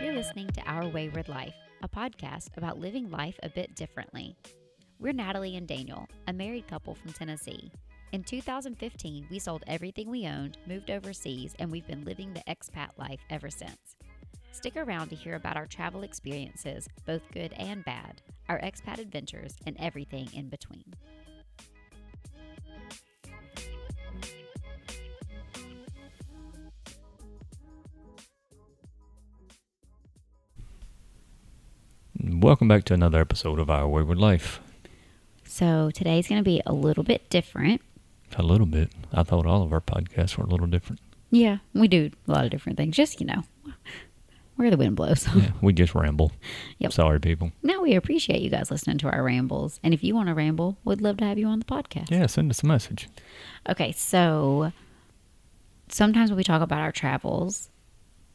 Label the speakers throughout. Speaker 1: listening to Our Wayward Life, a podcast about living life a bit differently. We're Natalie and Daniel, a married couple from Tennessee. In 2015, we sold everything we owned, moved overseas, and we've been living the expat life ever since. Stick around to hear about our travel experiences, both good and bad, our expat adventures, and everything in between.
Speaker 2: Welcome back to another episode of Our Wayward Life.
Speaker 1: So today's going to be a little bit different.
Speaker 2: A little bit. I thought all of our podcasts were a little different.
Speaker 1: Yeah, we do a lot of different things. Just, you know, where the wind blows.
Speaker 2: Yeah, we just ramble.
Speaker 1: Yep.
Speaker 2: Sorry, people.
Speaker 1: Now we appreciate you guys listening to our rambles. And if you want to ramble, we'd love to have you on the podcast.
Speaker 2: Yeah, send us a message.
Speaker 1: Okay, so sometimes when we talk about our travels,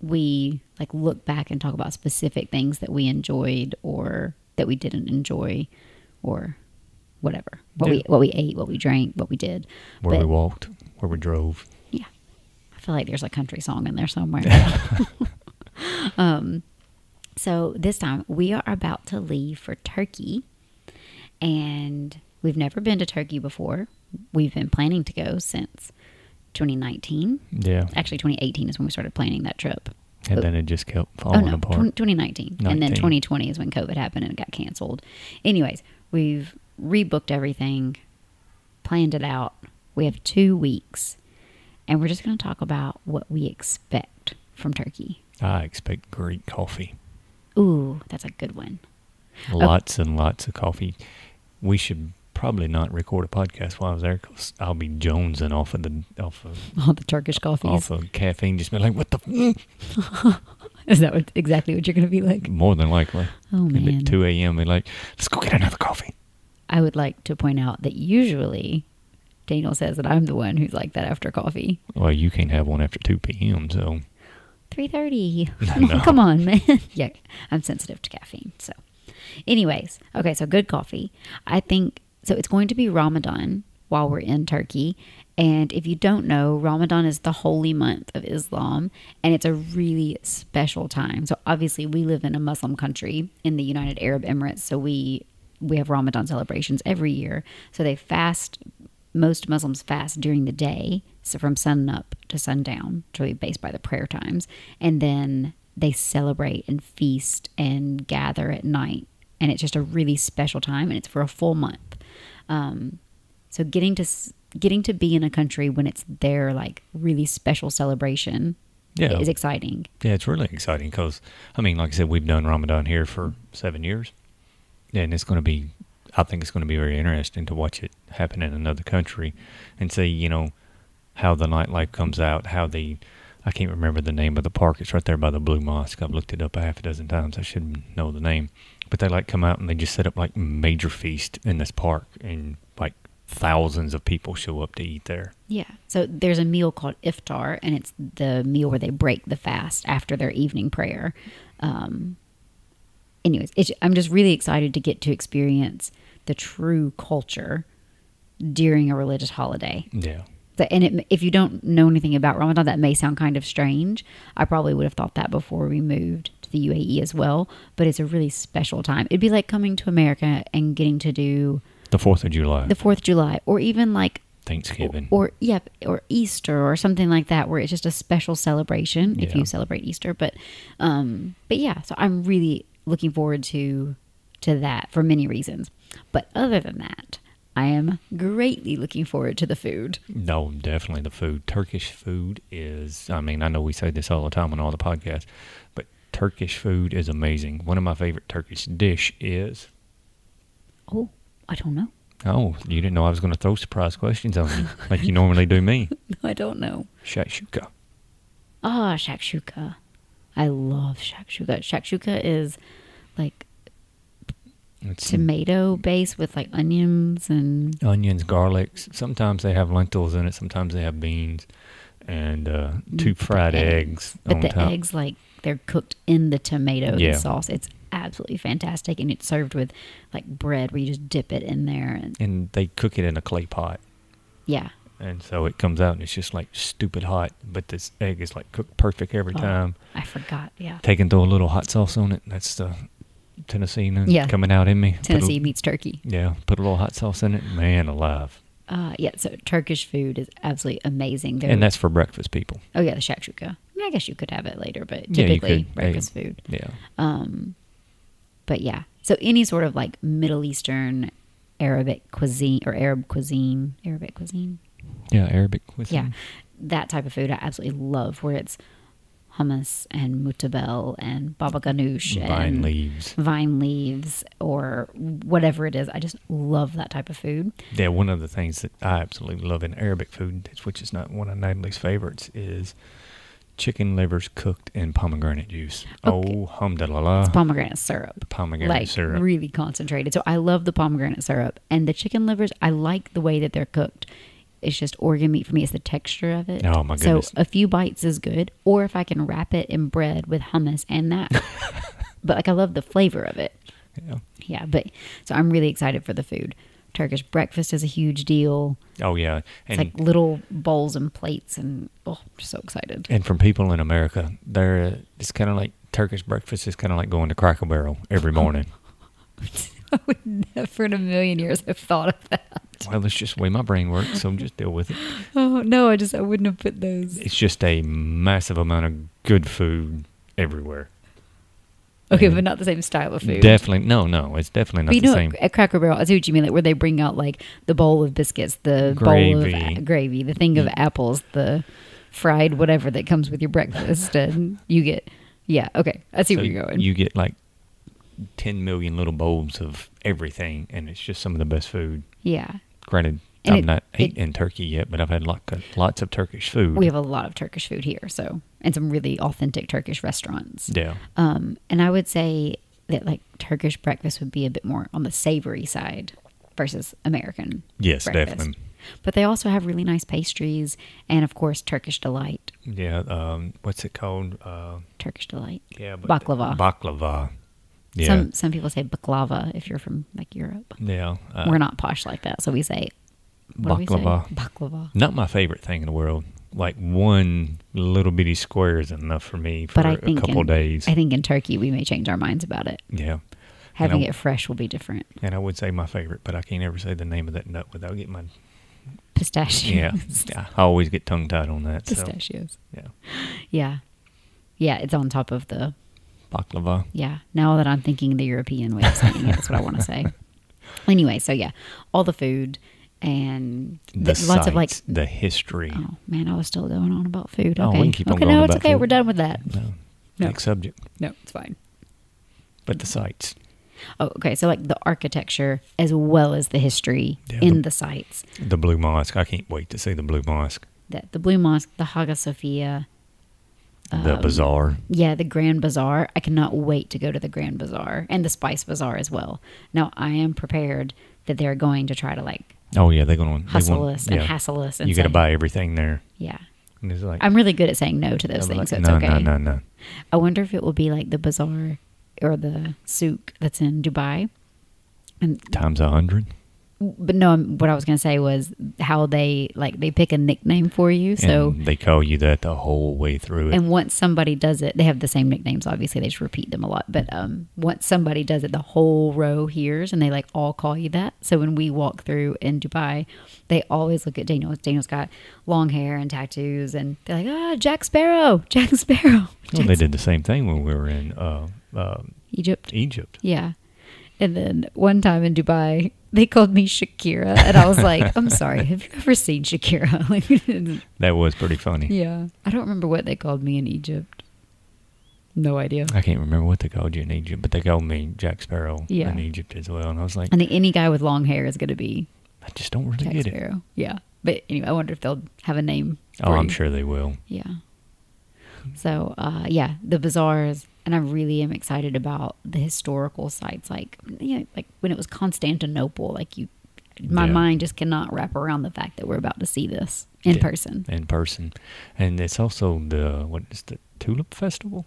Speaker 1: we like look back and talk about specific things that we enjoyed or that we didn't enjoy or whatever. What we
Speaker 2: Yeah.
Speaker 1: what we ate, what we drank, what we did.
Speaker 2: Where we
Speaker 1: But-
Speaker 2: walked, where we drove.
Speaker 1: yeah. I feel like there's a country song in there somewhere. um, so this time we are about to leave for Turkey, and we've never been to Turkey before. We've been planning to go since 2019.
Speaker 2: Yeah.
Speaker 1: Actually, 2018 is when we started planning that trip.
Speaker 2: And
Speaker 1: but-
Speaker 2: then it just kept
Speaker 1: Oh
Speaker 2: falling
Speaker 1: no,
Speaker 2: apart.
Speaker 1: 20- 2019. And then
Speaker 2: 19.
Speaker 1: 2020 is when COVID happened and it got canceled. Anyways, we've rebooked everything, planned it out. We have two weeks, and we're just going to talk about what we expect from Turkey.
Speaker 2: I expect great coffee.
Speaker 1: Ooh, that's a good one. Oh.
Speaker 2: Lots and lots of coffee. We should probably not record a podcast while I was there 'cause I'll be jonesing off of the off of
Speaker 1: All the Turkish coffees.
Speaker 2: off of caffeine. Just be like, what the? F-?
Speaker 1: Is that what, exactly what you're going to be like?
Speaker 2: More than likely.
Speaker 1: Oh
Speaker 2: And
Speaker 1: man,
Speaker 2: at 2 a.m., be like, let's go get another coffee.
Speaker 1: I would like to point out that usually Daniel says that I'm the one who's like that after coffee.
Speaker 2: Well, you can't have one after 2 p.m., so.
Speaker 1: three thirty.
Speaker 2: No.
Speaker 1: Come on, man. yeah, I'm sensitive to caffeine. So, anyways, okay. So good coffee. I think so. It's going to be Ramadan while we're in Turkey, and if you don't know, Ramadan is the holy month of Islam, and it's a really special time. So obviously, we live in a Muslim country in the United Arab Emirates, so we we have Ramadan celebrations every year. So they fast most Muslims fast during the day, so from sunup to sundown, which will be based by the prayer times, and then they celebrate and feast and gather at night, and it's just a really special time, and it's for a full month. Um, so getting to s- getting to be in a country when it's their like really special celebration
Speaker 2: Yeah.
Speaker 1: is exciting.
Speaker 2: Yeah, it's really exciting because, I mean, like I said, we've done Ramadan here for seven years, and it's going to be, I think it's going to be very interesting to watch it happen in another country and see, you know, how the nightlife comes out, how the, I can't remember the name of the park. It's right there by the Blue Mosque. I've looked it up a half a dozen times. I should know the name. But they like come out and they just set up like major feast in this park, and like thousands of people show up to eat there.
Speaker 1: Yeah. So there's a meal called iftar, and it's the meal where they break the fast after their evening prayer. Um, anyways, it's, I'm just really excited to get to experience the true culture during a religious holiday.
Speaker 2: Yeah.
Speaker 1: So- And it, if you don't know anything about Ramadan, that may sound kind of strange. I probably would have thought that before we moved to the UAE as well. But it's a really special time. It'd be like coming to America and getting to do
Speaker 2: The 4th of July,
Speaker 1: the Fourth of July, or even like
Speaker 2: Thanksgiving.
Speaker 1: or yep or easter or something like that where it's just a special celebration if
Speaker 2: Yeah.
Speaker 1: you celebrate easter but um but yeah so i'm really looking forward to to that for many reasons but other than that i am greatly looking forward to the food
Speaker 2: No, definitely the food. Turkish food is, I mean, I know we say this all the time on all the podcasts, but Turkish food is amazing. One of my favorite Turkish dish is,
Speaker 1: oh i don't know
Speaker 2: oh, you didn't know I was going to throw surprise questions on you like you normally do me.
Speaker 1: i don't know
Speaker 2: Shashuka.
Speaker 1: ah shakshuka i love shakshuka shakshuka is like
Speaker 2: It's
Speaker 1: tomato based with like onions and
Speaker 2: onions, garlics. Sometimes they have lentils in it. Sometimes they have beans and uh, two fried eggs
Speaker 1: Mm, But
Speaker 2: on
Speaker 1: the
Speaker 2: top.
Speaker 1: eggs, like they're cooked in the tomato
Speaker 2: Yeah.
Speaker 1: and sauce. It's absolutely fantastic, and it's served with like bread where you just dip it in there, and
Speaker 2: And they cook it in a clay pot.
Speaker 1: yeah,
Speaker 2: and so it comes out and it's just like stupid hot. But this egg is like cooked perfect every
Speaker 1: Oh,
Speaker 2: time.
Speaker 1: I forgot. Yeah.
Speaker 2: Take and throw a little hot sauce on it. That's the Tennessee in it
Speaker 1: Yeah.
Speaker 2: coming out in me. Put a-
Speaker 1: Tennessee meets turkey.
Speaker 2: yeah, put a little hot sauce in it. Man alive.
Speaker 1: Uh, yeah, so Turkish food is absolutely amazing. They're-
Speaker 2: And that's for breakfast people.
Speaker 1: oh yeah, the shakshuka. I, mean, I guess you could have it later, but
Speaker 2: Yeah, you
Speaker 1: typically
Speaker 2: could.
Speaker 1: breakfast
Speaker 2: Yeah.
Speaker 1: food.
Speaker 2: Yeah.
Speaker 1: Um, but yeah, so any sort of like Middle Eastern Arabic cuisine or Arab cuisine, Arabic cuisine,
Speaker 2: Yeah, Arabic cuisine.
Speaker 1: yeah, that type of food I absolutely love. Where it's hummus and mutabel and baba ganoush
Speaker 2: Vine
Speaker 1: and
Speaker 2: leaves.
Speaker 1: vine leaves or whatever it is. I just love that type of food.
Speaker 2: Yeah, one of the things that I absolutely love in Arabic food, that's- which is not one of Natalie's favorites, is chicken livers cooked in pomegranate juice.
Speaker 1: Okay.
Speaker 2: Oh, alhamdulillah.
Speaker 1: pomegranate syrup.
Speaker 2: pomegranate
Speaker 1: like
Speaker 2: syrup.
Speaker 1: really concentrated. So I love the pomegranate syrup and the chicken livers. I like the way that they're cooked. It's just organ meat for me. It's the texture of it.
Speaker 2: Oh, my goodness.
Speaker 1: So a few bites is good, or if I can wrap it in bread with hummus and that. but like I love the flavor of it.
Speaker 2: yeah.
Speaker 1: Yeah, but so I'm really excited for the food. Turkish breakfast is a huge deal.
Speaker 2: Oh, yeah.
Speaker 1: It's
Speaker 2: And,
Speaker 1: like little bowls and plates, and oh, I'm just so excited.
Speaker 2: and from people in America, they're, it's kind of like Turkish breakfast is kind of like going to Cracker Barrel every morning.
Speaker 1: I would never in a million years have thought of that.
Speaker 2: well, that's just the way my brain works, so just deal with it.
Speaker 1: Oh no, I just I wouldn't have put those.
Speaker 2: It's just a massive amount of good food everywhere.
Speaker 1: Okay,
Speaker 2: And
Speaker 1: but not the same style of food.
Speaker 2: Definitely, no, no, it's definitely not
Speaker 1: But you
Speaker 2: the
Speaker 1: know,
Speaker 2: same.
Speaker 1: at Cracker Barrel, I see what you mean, like where they bring out like the bowl of biscuits, the bowl
Speaker 2: Gravy. Mm.
Speaker 1: of a- gravy, the thing of apples, the fried whatever that comes with your breakfast, and you get, yeah, okay, I see
Speaker 2: So
Speaker 1: where you're going.
Speaker 2: You get like 10 million little bowls of everything, and it's just some of the best food.
Speaker 1: yeah,
Speaker 2: Granted,
Speaker 1: And
Speaker 2: I'm
Speaker 1: it-
Speaker 2: not
Speaker 1: it-
Speaker 2: eating turkey yet, but I've had lots of, lots of Turkish food.
Speaker 1: we have a lot of Turkish food here, so and some really authentic Turkish restaurants.
Speaker 2: yeah.
Speaker 1: Um, and I would say that like Turkish breakfast would be a bit more on the savory side versus American.
Speaker 2: Yes,
Speaker 1: breakfast.
Speaker 2: definitely.
Speaker 1: But they also have really nice pastries and of course Turkish delight.
Speaker 2: Yeah. Um, what's it called? Uh,
Speaker 1: Turkish delight.
Speaker 2: yeah. But
Speaker 1: Baklava.
Speaker 2: Baklava. Yeah.
Speaker 1: Some some people say baklava if you're from like Europe.
Speaker 2: yeah. Uh,
Speaker 1: We're not posh like that, so we say what do we say?
Speaker 2: Baklava.
Speaker 1: Baklava.
Speaker 2: Not my favorite thing in the world. Like one little bitty square is enough for me for
Speaker 1: But I
Speaker 2: a
Speaker 1: think
Speaker 2: couple
Speaker 1: in,
Speaker 2: days.
Speaker 1: I think in Turkey we may change our minds about it.
Speaker 2: yeah.
Speaker 1: Having
Speaker 2: I-
Speaker 1: it fresh will be different.
Speaker 2: And I would say my favorite, but I can't ever say the name of that nut without getting my
Speaker 1: Pistachios.
Speaker 2: Yeah, yeah. I always get tongue tied on that. So,
Speaker 1: Pistachios.
Speaker 2: yeah,
Speaker 1: Yeah. Yeah, it's on top of the
Speaker 2: baklava.
Speaker 1: Yeah. Now that I'm thinking the European way of saying it, that's what I want to say. Anyway, so yeah, all the food and
Speaker 2: The
Speaker 1: th- lots of like.
Speaker 2: sights, the history.
Speaker 1: Oh man, I was still going on about food. Okay,
Speaker 2: Oh, we can keep on
Speaker 1: okay,
Speaker 2: going
Speaker 1: no, it's
Speaker 2: about
Speaker 1: okay.
Speaker 2: food.
Speaker 1: We're done with that.
Speaker 2: No,
Speaker 1: No.
Speaker 2: next subject.
Speaker 1: No, it's fine.
Speaker 2: But the sights.
Speaker 1: Oh, okay. So like the architecture as well as the history
Speaker 2: Yeah,
Speaker 1: in
Speaker 2: the-
Speaker 1: the sites
Speaker 2: The Blue Mosque. I can't wait to see the Blue Mosque.
Speaker 1: that the Blue Mosque, the Hagia Sophia.
Speaker 2: the
Speaker 1: um,
Speaker 2: bazaar.
Speaker 1: Yeah, the Grand Bazaar. I cannot wait to go to the Grand Bazaar and the Spice Bazaar as well. Now I am prepared that they're going to try to like
Speaker 2: Oh yeah, they're going to
Speaker 1: hustle us and hassle us. And
Speaker 2: You got to
Speaker 1: say-
Speaker 2: buy everything there.
Speaker 1: Yeah.
Speaker 2: And it's like
Speaker 1: I'm really good at saying no to
Speaker 2: I'll
Speaker 1: those
Speaker 2: be
Speaker 1: things, so
Speaker 2: like,
Speaker 1: it's
Speaker 2: no,
Speaker 1: okay.
Speaker 2: no, no, no.
Speaker 1: I wonder if it will be like the bazaar or the souk that's in Dubai. And
Speaker 2: Times a hundred.
Speaker 1: but no, I'm- what I was gonna say was how they like they pick a nickname for you. So
Speaker 2: and they call you that the whole way through it.
Speaker 1: and once somebody does it, they have the same nicknames. Obviously, they just repeat them a lot. But um, once somebody does it, the whole row hears, and they like all call you that. So when we walk through in Dubai, they always look at Daniel. Daniel's got long hair and tattoos, and they're like, "Ah, Jack Sparrow, Jack Sparrow."
Speaker 2: well,
Speaker 1: Jack
Speaker 2: they did the same thing when we were in uh, uh,
Speaker 1: Egypt.
Speaker 2: Egypt.
Speaker 1: Yeah. And then one time in Dubai, they called me Shakira. And I was like, I'm sorry, have you ever seen Shakira? Like,
Speaker 2: That was pretty funny.
Speaker 1: yeah. I don't remember what they called me in Egypt. No idea.
Speaker 2: I can't remember what they called you in Egypt, but they called me Jack Sparrow
Speaker 1: Yeah.
Speaker 2: in Egypt as well. And I was like,
Speaker 1: I think any guy with long hair is going to be
Speaker 2: I just don't really
Speaker 1: Jack
Speaker 2: get it.
Speaker 1: Sparrow. Yeah. But anyway, I wonder if they'll have a name.
Speaker 2: Oh,
Speaker 1: for
Speaker 2: I'm
Speaker 1: you.
Speaker 2: sure they will.
Speaker 1: Yeah. So, uh, yeah, the bazaars, and I really am excited about the historical sites, like you know, like when it was Constantinople. Like you, my
Speaker 2: Yeah.
Speaker 1: mind just cannot wrap around the fact that we're about to see this in
Speaker 2: Yeah.
Speaker 1: person.
Speaker 2: In person. And it's also the, what is the Tulip Festival?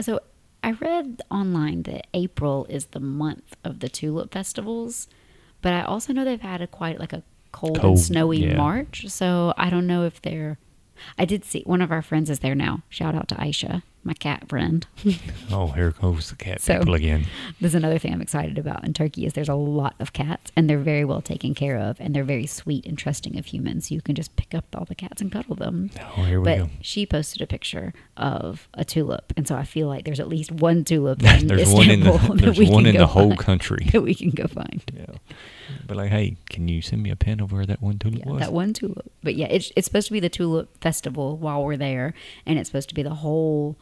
Speaker 1: So, I read online that April is the month of the tulip festivals, but I also know they've had a quite like a cold,
Speaker 2: Cold,
Speaker 1: and snowy
Speaker 2: yeah.
Speaker 1: March. So I don't know if they're. I did see one of our friends is there now. Shout out to Aisha, my cat friend.
Speaker 2: Oh, here goes the cat
Speaker 1: So-
Speaker 2: people again.
Speaker 1: There's another thing I'm excited about in Turkey is there's a lot of cats and they're very well taken care of and they're very sweet and trusting of humans. You can just pick up all the cats and cuddle them.
Speaker 2: Oh, here we
Speaker 1: But
Speaker 2: go.
Speaker 1: she posted a picture of a tulip, and so I feel like there's at least one tulip in
Speaker 2: There's
Speaker 1: Istanbul
Speaker 2: one in the
Speaker 1: that
Speaker 2: there's
Speaker 1: we
Speaker 2: one
Speaker 1: can
Speaker 2: in
Speaker 1: go
Speaker 2: the whole
Speaker 1: find,
Speaker 2: country.
Speaker 1: that we can go find.
Speaker 2: Yeah. But like, hey, can you send me a pin of where that one tulip
Speaker 1: Yeah,
Speaker 2: was?
Speaker 1: that one tulip. But yeah, it's it's supposed to be the tulip festival while we're there, and it's supposed to be the whole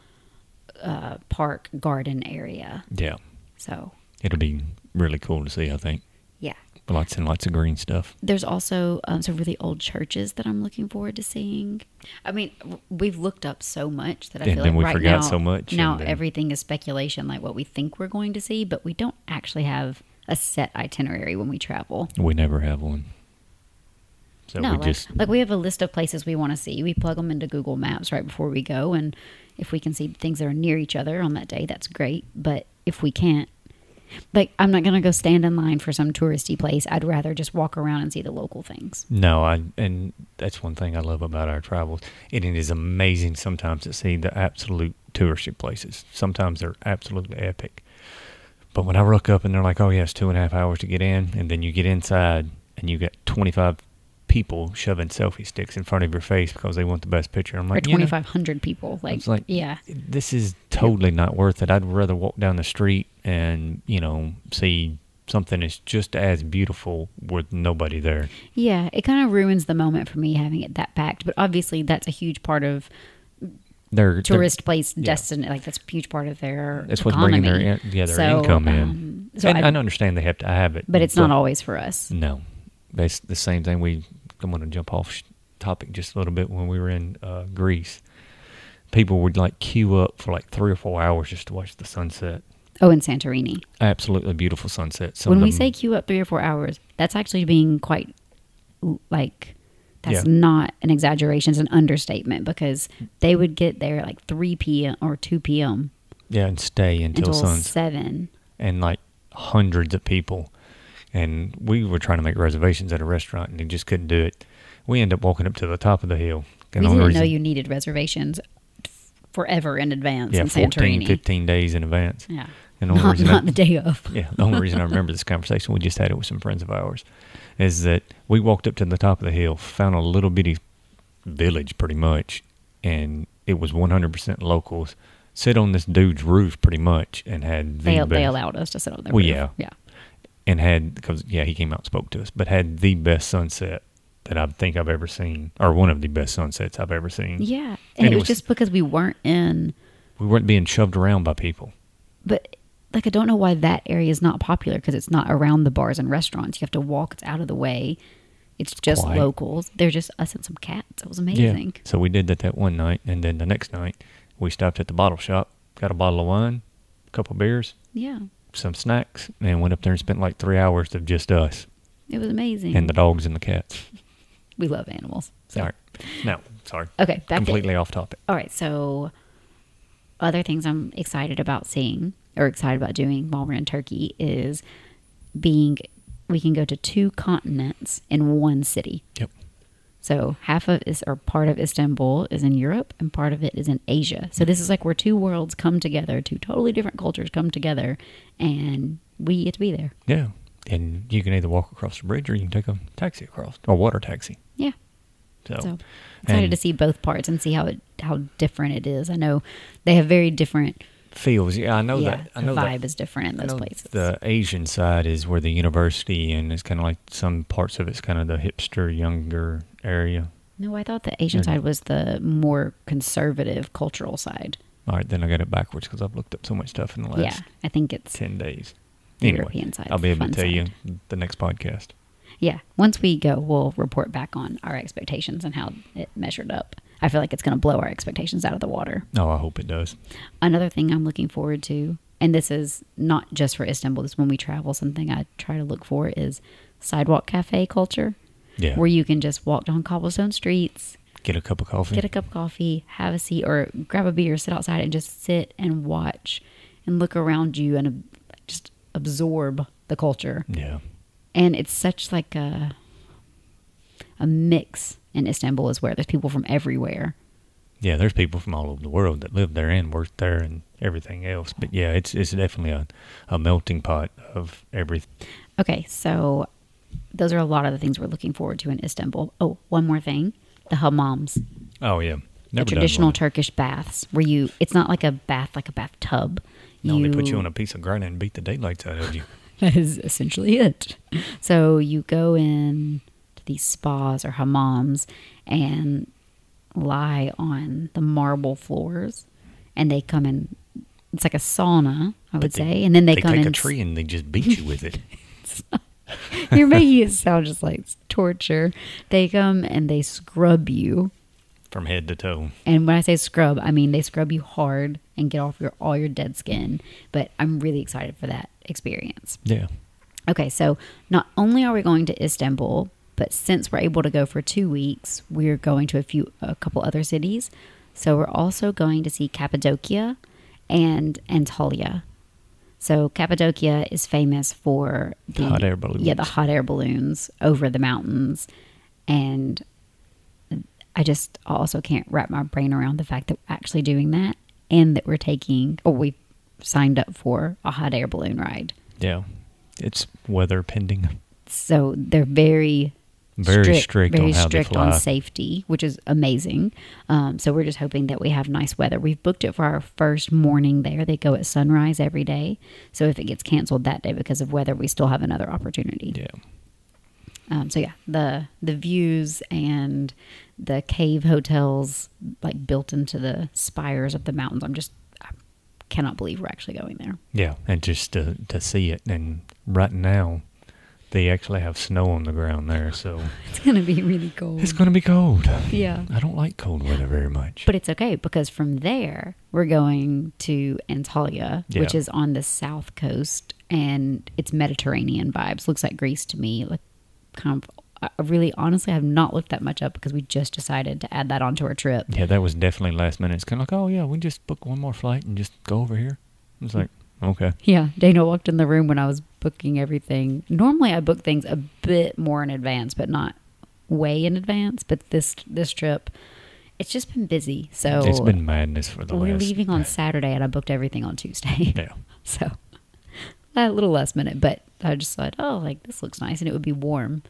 Speaker 1: uh, park garden area.
Speaker 2: Yeah.
Speaker 1: So
Speaker 2: It'll be really cool to see, I think.
Speaker 1: yeah,
Speaker 2: Lots and lots of green stuff.
Speaker 1: there's also um, some really old churches that I'm looking forward to seeing. I mean, w- we've looked up so much that I
Speaker 2: And
Speaker 1: feel
Speaker 2: then
Speaker 1: like
Speaker 2: we
Speaker 1: right now,
Speaker 2: forgot so much,
Speaker 1: Now
Speaker 2: and then-
Speaker 1: everything is speculation, like what we think we're going to see, but we don't actually have a set itinerary when we travel.
Speaker 2: We never have one. So
Speaker 1: no,
Speaker 2: we
Speaker 1: like,
Speaker 2: just
Speaker 1: like we have a list of places we want to see. We plug them into Google Maps right before we go, and if we can see things that are near each other on that day, that's great. But if we can't, like I'm not gonna go stand in line for some touristy place. I'd rather just walk around and see the local things.
Speaker 2: No, I and that's one thing I love about our travels. And it is amazing sometimes to see the absolute touristy places. Sometimes they're absolutely epic. But when I look up and they're like, "Oh yeah, it's two and a half hours to get in," and then you get inside and you got twenty five people shoving selfie sticks in front of your face because they want the best picture. I'm
Speaker 1: For
Speaker 2: like, you know,
Speaker 1: 2,500 people, like,
Speaker 2: It's like-
Speaker 1: yeah,
Speaker 2: this is totally not worth it. I'd rather walk down the street and you know see something that's just as beautiful with nobody there.
Speaker 1: yeah. It kind of ruins the moment for me having it that packed. But obviously, that's a huge part of
Speaker 2: They're they're-
Speaker 1: tourist place destination. Like that's a huge part of their
Speaker 2: That's what's
Speaker 1: economy.
Speaker 2: bringing their in- yeah their
Speaker 1: So,
Speaker 2: income in.
Speaker 1: um, so
Speaker 2: and
Speaker 1: I-
Speaker 2: I, understand they have to have it,
Speaker 1: but it's not always for us.
Speaker 2: No, that's the same thing. We I'm going to jump off sh- topic just a little bit. When we were in uh, Greece, people would like queue up for like three or four hours just to watch the sunset.
Speaker 1: Oh, in Santorini.
Speaker 2: Absolutely beautiful sunset. Some
Speaker 1: when
Speaker 2: of
Speaker 1: we
Speaker 2: them-
Speaker 1: say queue up three or four hours, that's actually being quite like that's
Speaker 2: Yeah.
Speaker 1: not an exaggeration; it's an understatement because they would get there at like three p.m. or two p.m.
Speaker 2: yeah, and stay until,
Speaker 1: until
Speaker 2: sunset.
Speaker 1: seven.
Speaker 2: and like hundreds of people. And we were trying to make reservations at a restaurant and they just couldn't do it. We ended up walking up to the top of the hill.
Speaker 1: we
Speaker 2: And the only
Speaker 1: didn't know
Speaker 2: reason-
Speaker 1: you needed reservations forever in advance
Speaker 2: yeah,
Speaker 1: in
Speaker 2: 14,
Speaker 1: Santorini.
Speaker 2: 15 days in advance.
Speaker 1: yeah,
Speaker 2: And the only
Speaker 1: not,
Speaker 2: reason
Speaker 1: not
Speaker 2: I,
Speaker 1: the day of.
Speaker 2: yeah, the only reason I remember this conversation we just had it with some friends of ours is that we walked up to the top of the hill, found a little bitty village pretty much, and it was 100% locals. Sit on this dude's roof pretty much, and had the
Speaker 1: They,
Speaker 2: best,
Speaker 1: they allowed us to sit on their
Speaker 2: Well,
Speaker 1: roof.
Speaker 2: yeah.
Speaker 1: yeah.
Speaker 2: and had because yeah, he came out and spoke to us, but had the best sunset that I think I've ever seen, or one of the best sunsets I've ever seen.
Speaker 1: Yeah. And,
Speaker 2: And
Speaker 1: it
Speaker 2: it
Speaker 1: was,
Speaker 2: was-
Speaker 1: just because we weren't in,
Speaker 2: We weren't being shoved around by people.
Speaker 1: but like, I don't know why that area is not popular because it's not around the bars and restaurants. You have to walk, it's out of the way. It's just
Speaker 2: quiet.
Speaker 1: locals. They're just us and some cats. It was amazing.
Speaker 2: So we did that that one night, and then the next night we stopped at the bottle shop, got a bottle of wine, a couple beers,
Speaker 1: Yeah.
Speaker 2: some snacks, and went up there and spent like three hours of just us
Speaker 1: It was amazing.
Speaker 2: and the dogs and the cats.
Speaker 1: we love animals. So.
Speaker 2: Sorry, no, sorry,
Speaker 1: Okay. Back to-
Speaker 2: completely off topic.
Speaker 1: All right. So, other things I'm excited about seeing or excited about doing while we're in Turkey is being, we can go to two continents in one city.
Speaker 2: Yep.
Speaker 1: So half of is or part of Istanbul is in Europe and part of it is in Asia. So this is like where two worlds come together, two totally different cultures come together and we get to be there.
Speaker 2: Yeah, and you can either walk across the bridge or you can take a taxi across, a water taxi.
Speaker 1: Yeah.
Speaker 2: So,
Speaker 1: So excited
Speaker 2: and
Speaker 1: to see both parts and see how it how different it is. I know they have very different
Speaker 2: feels. Yeah, I know
Speaker 1: yeah,
Speaker 2: that. I
Speaker 1: the
Speaker 2: know that.
Speaker 1: vibe is different
Speaker 2: I
Speaker 1: in those
Speaker 2: know
Speaker 1: places.
Speaker 2: The Asian side is where the university and it's kind of like some parts of it's kind of the hipster, younger area.
Speaker 1: no, I thought the Asian
Speaker 2: Yeah.
Speaker 1: side was the more conservative cultural side.
Speaker 2: All right, then I got it backwards because I've looked up so much stuff in the last
Speaker 1: yeah. I think it's
Speaker 2: ten days.
Speaker 1: The European side,
Speaker 2: I'll be
Speaker 1: the
Speaker 2: able
Speaker 1: fun
Speaker 2: to tell you the next podcast.
Speaker 1: Yeah. Once we go, we'll report back on our expectations and how it measured up. I feel like it's going to blow our expectations out of the water.
Speaker 2: Oh, I hope it does.
Speaker 1: Another thing I'm looking forward to, and this is not just for Istanbul, this is when we travel, something I try to look for is sidewalk cafe culture,
Speaker 2: Yeah,
Speaker 1: where you can just walk down cobblestone streets,
Speaker 2: get a cup of coffee.
Speaker 1: get a cup of coffee, have a seat, or grab a beer, sit outside and just sit and watch and look around you and ab-
Speaker 2: Mm.
Speaker 1: just absorb the culture
Speaker 2: yeah,
Speaker 1: and it's such like a a mix in Istanbul is where there's people from everywhere.
Speaker 2: Yeah, there's people from all over the world that live there and work there and everything else. But yeah, it's it's definitely a, a melting pot of everything.
Speaker 1: Okay, so those are a lot of the things we're looking forward to in Istanbul. Oh, one more thing. The hammams,
Speaker 2: Oh yeah,
Speaker 1: the
Speaker 2: Never done
Speaker 1: traditional
Speaker 2: one.
Speaker 1: Turkish baths where you it's not like a bath like a bathtub.
Speaker 2: No, they put you on a piece of granite and beat the daylights out of you.
Speaker 1: That is essentially it. So you go in to these spas or hammams and lie on the marble floors, and they come in. It's like a sauna, I would
Speaker 2: they-
Speaker 1: say, and then they,
Speaker 2: they
Speaker 1: come
Speaker 2: take
Speaker 1: in.
Speaker 2: a tree and they just beat you with it.
Speaker 1: You're making it sound just like torture. They come and they scrub you,
Speaker 2: from head to toe.
Speaker 1: and when I say scrub, I mean they scrub you hard and get off your all your dead skin. But I'm really excited for that experience.
Speaker 2: Yeah.
Speaker 1: Okay, so not only are we going to Istanbul, but since we're able to go for two weeks, we're going to a few, a couple other cities. So we're also going to see Cappadocia and Antalya. So Cappadocia is famous for the
Speaker 2: Hot air balloons.
Speaker 1: Yeah, the hot air balloons over the mountains, and I just also can't wrap my brain around the fact that we're actually doing that and that we're taking or we signed up for a hot air balloon ride.
Speaker 2: Yeah. It's weather pending.
Speaker 1: So they're very
Speaker 2: Very strict
Speaker 1: very
Speaker 2: on how they
Speaker 1: strict
Speaker 2: fly.
Speaker 1: on safety, which is amazing. Um, so we're just hoping that we have nice weather. We've booked it for our first morning there. They go at sunrise every day. So if it gets canceled that day because of weather, we still have another opportunity.
Speaker 2: Yeah.
Speaker 1: Um, so yeah, the the views and the cave hotels like built into the spires of the mountains. I'm just I cannot believe we're actually going there.
Speaker 2: Yeah. And just to, to see it. And right now, they actually have snow on the ground there. So
Speaker 1: It's gonna be really cold.
Speaker 2: it's going to be cold.
Speaker 1: Mm. yeah.
Speaker 2: I don't like cold weather very much.
Speaker 1: But it's okay because from there we're going to Antalya,
Speaker 2: Yeah.
Speaker 1: which is on the south coast, and it's Mediterranean vibes. Looks like Greece to me. Like, kind of. I really, honestly, I have not looked that much up because we just decided to add that onto our trip.
Speaker 2: yeah, that was definitely last minute. It's kind of like, oh, yeah, we just book one more flight and just go over here. It's like, okay.
Speaker 1: Yeah, Dana walked in the room when I was booking everything. Normally, I book things a bit more in advance, but not way in advance. But this this trip, it's just been busy. So
Speaker 2: it's been madness for the
Speaker 1: we're
Speaker 2: last.
Speaker 1: leaving on Saturday, and I booked everything on Tuesday.
Speaker 2: Yeah.
Speaker 1: So a little last minute, but I just thought, oh, like this looks nice, and it would be warm,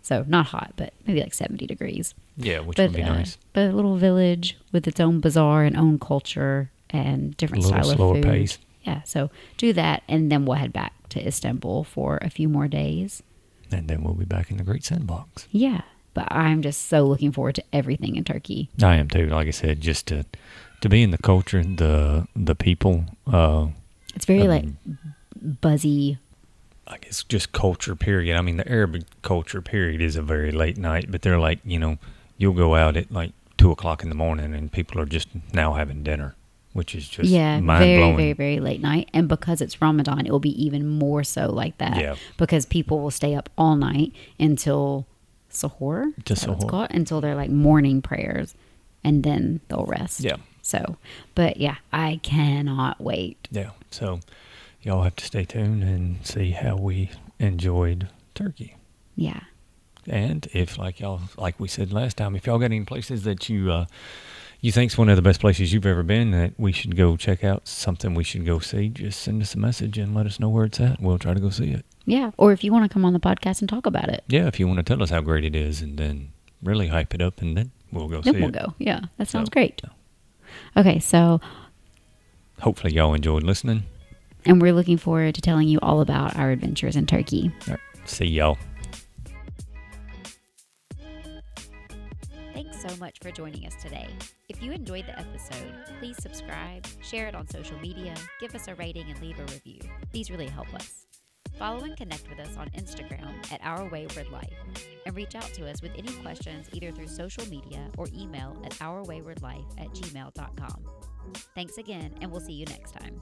Speaker 1: so not hot, but maybe like seventy degrees.
Speaker 2: Yeah, which
Speaker 1: but
Speaker 2: would be
Speaker 1: uh,
Speaker 2: nice.
Speaker 1: but a little village with its own bazaar and own culture and
Speaker 2: A
Speaker 1: different
Speaker 2: little
Speaker 1: style
Speaker 2: slower
Speaker 1: of food.
Speaker 2: pace.
Speaker 1: Yeah, so do that, and then we'll head back to Istanbul for a few more days.
Speaker 2: And then we'll be back in the Great Sandbox.
Speaker 1: Yeah, but I'm just so looking forward to everything in Turkey.
Speaker 2: I am too. Like I said, just to to be in the culture, the the people. Uh,
Speaker 1: It's very
Speaker 2: Um,
Speaker 1: like buzzy.
Speaker 2: I guess just culture. Period. I mean, the Arabic culture period is a very late night, but they're like you know, you'll go out at like two o'clock in the morning, and people are just now having dinner, which is just
Speaker 1: Yeah,
Speaker 2: mind
Speaker 1: very,
Speaker 2: blowing.
Speaker 1: very, very late night. And because it's Ramadan, it will be even more so like that.
Speaker 2: Yeah.
Speaker 1: Because people will stay up all night until Sahur.
Speaker 2: To
Speaker 1: Is that what it's
Speaker 2: Sahur.
Speaker 1: called? Until they're like morning prayers and then they'll rest.
Speaker 2: Yeah.
Speaker 1: So, but yeah, I cannot wait.
Speaker 2: Yeah. So y'all have to stay tuned and see how we enjoyed Turkey.
Speaker 1: Yeah.
Speaker 2: And if, like y'all, like we said last time, if y'all got any places that you uh, you think's one of the best places you've ever been that we should go check out, something we should go see, just send us a message and let us know where it's at. We'll try to go see it.
Speaker 1: Yeah. Or if you want to come on the podcast and talk about it,
Speaker 2: Yeah, if you want to tell us how great it is, and then really hype it up, and then we'll go
Speaker 1: then
Speaker 2: see
Speaker 1: we'll
Speaker 2: it.
Speaker 1: go. Yeah. That
Speaker 2: So,
Speaker 1: sounds great. Okay. So,
Speaker 2: Hopefully, y'all enjoyed listening.
Speaker 1: and we're looking forward to telling you all about our adventures in Turkey.
Speaker 2: All right. See y'all.
Speaker 1: Thanks so much for joining us today. If you enjoyed the episode, please subscribe, share it on social media, give us a rating, and leave a review. These really help us. Follow and connect with us on Instagram at Our Wayward Life and reach out to us with any questions either through social media or email at ourwaywardlife at gmail.com. Thanks again, and we'll see you next time.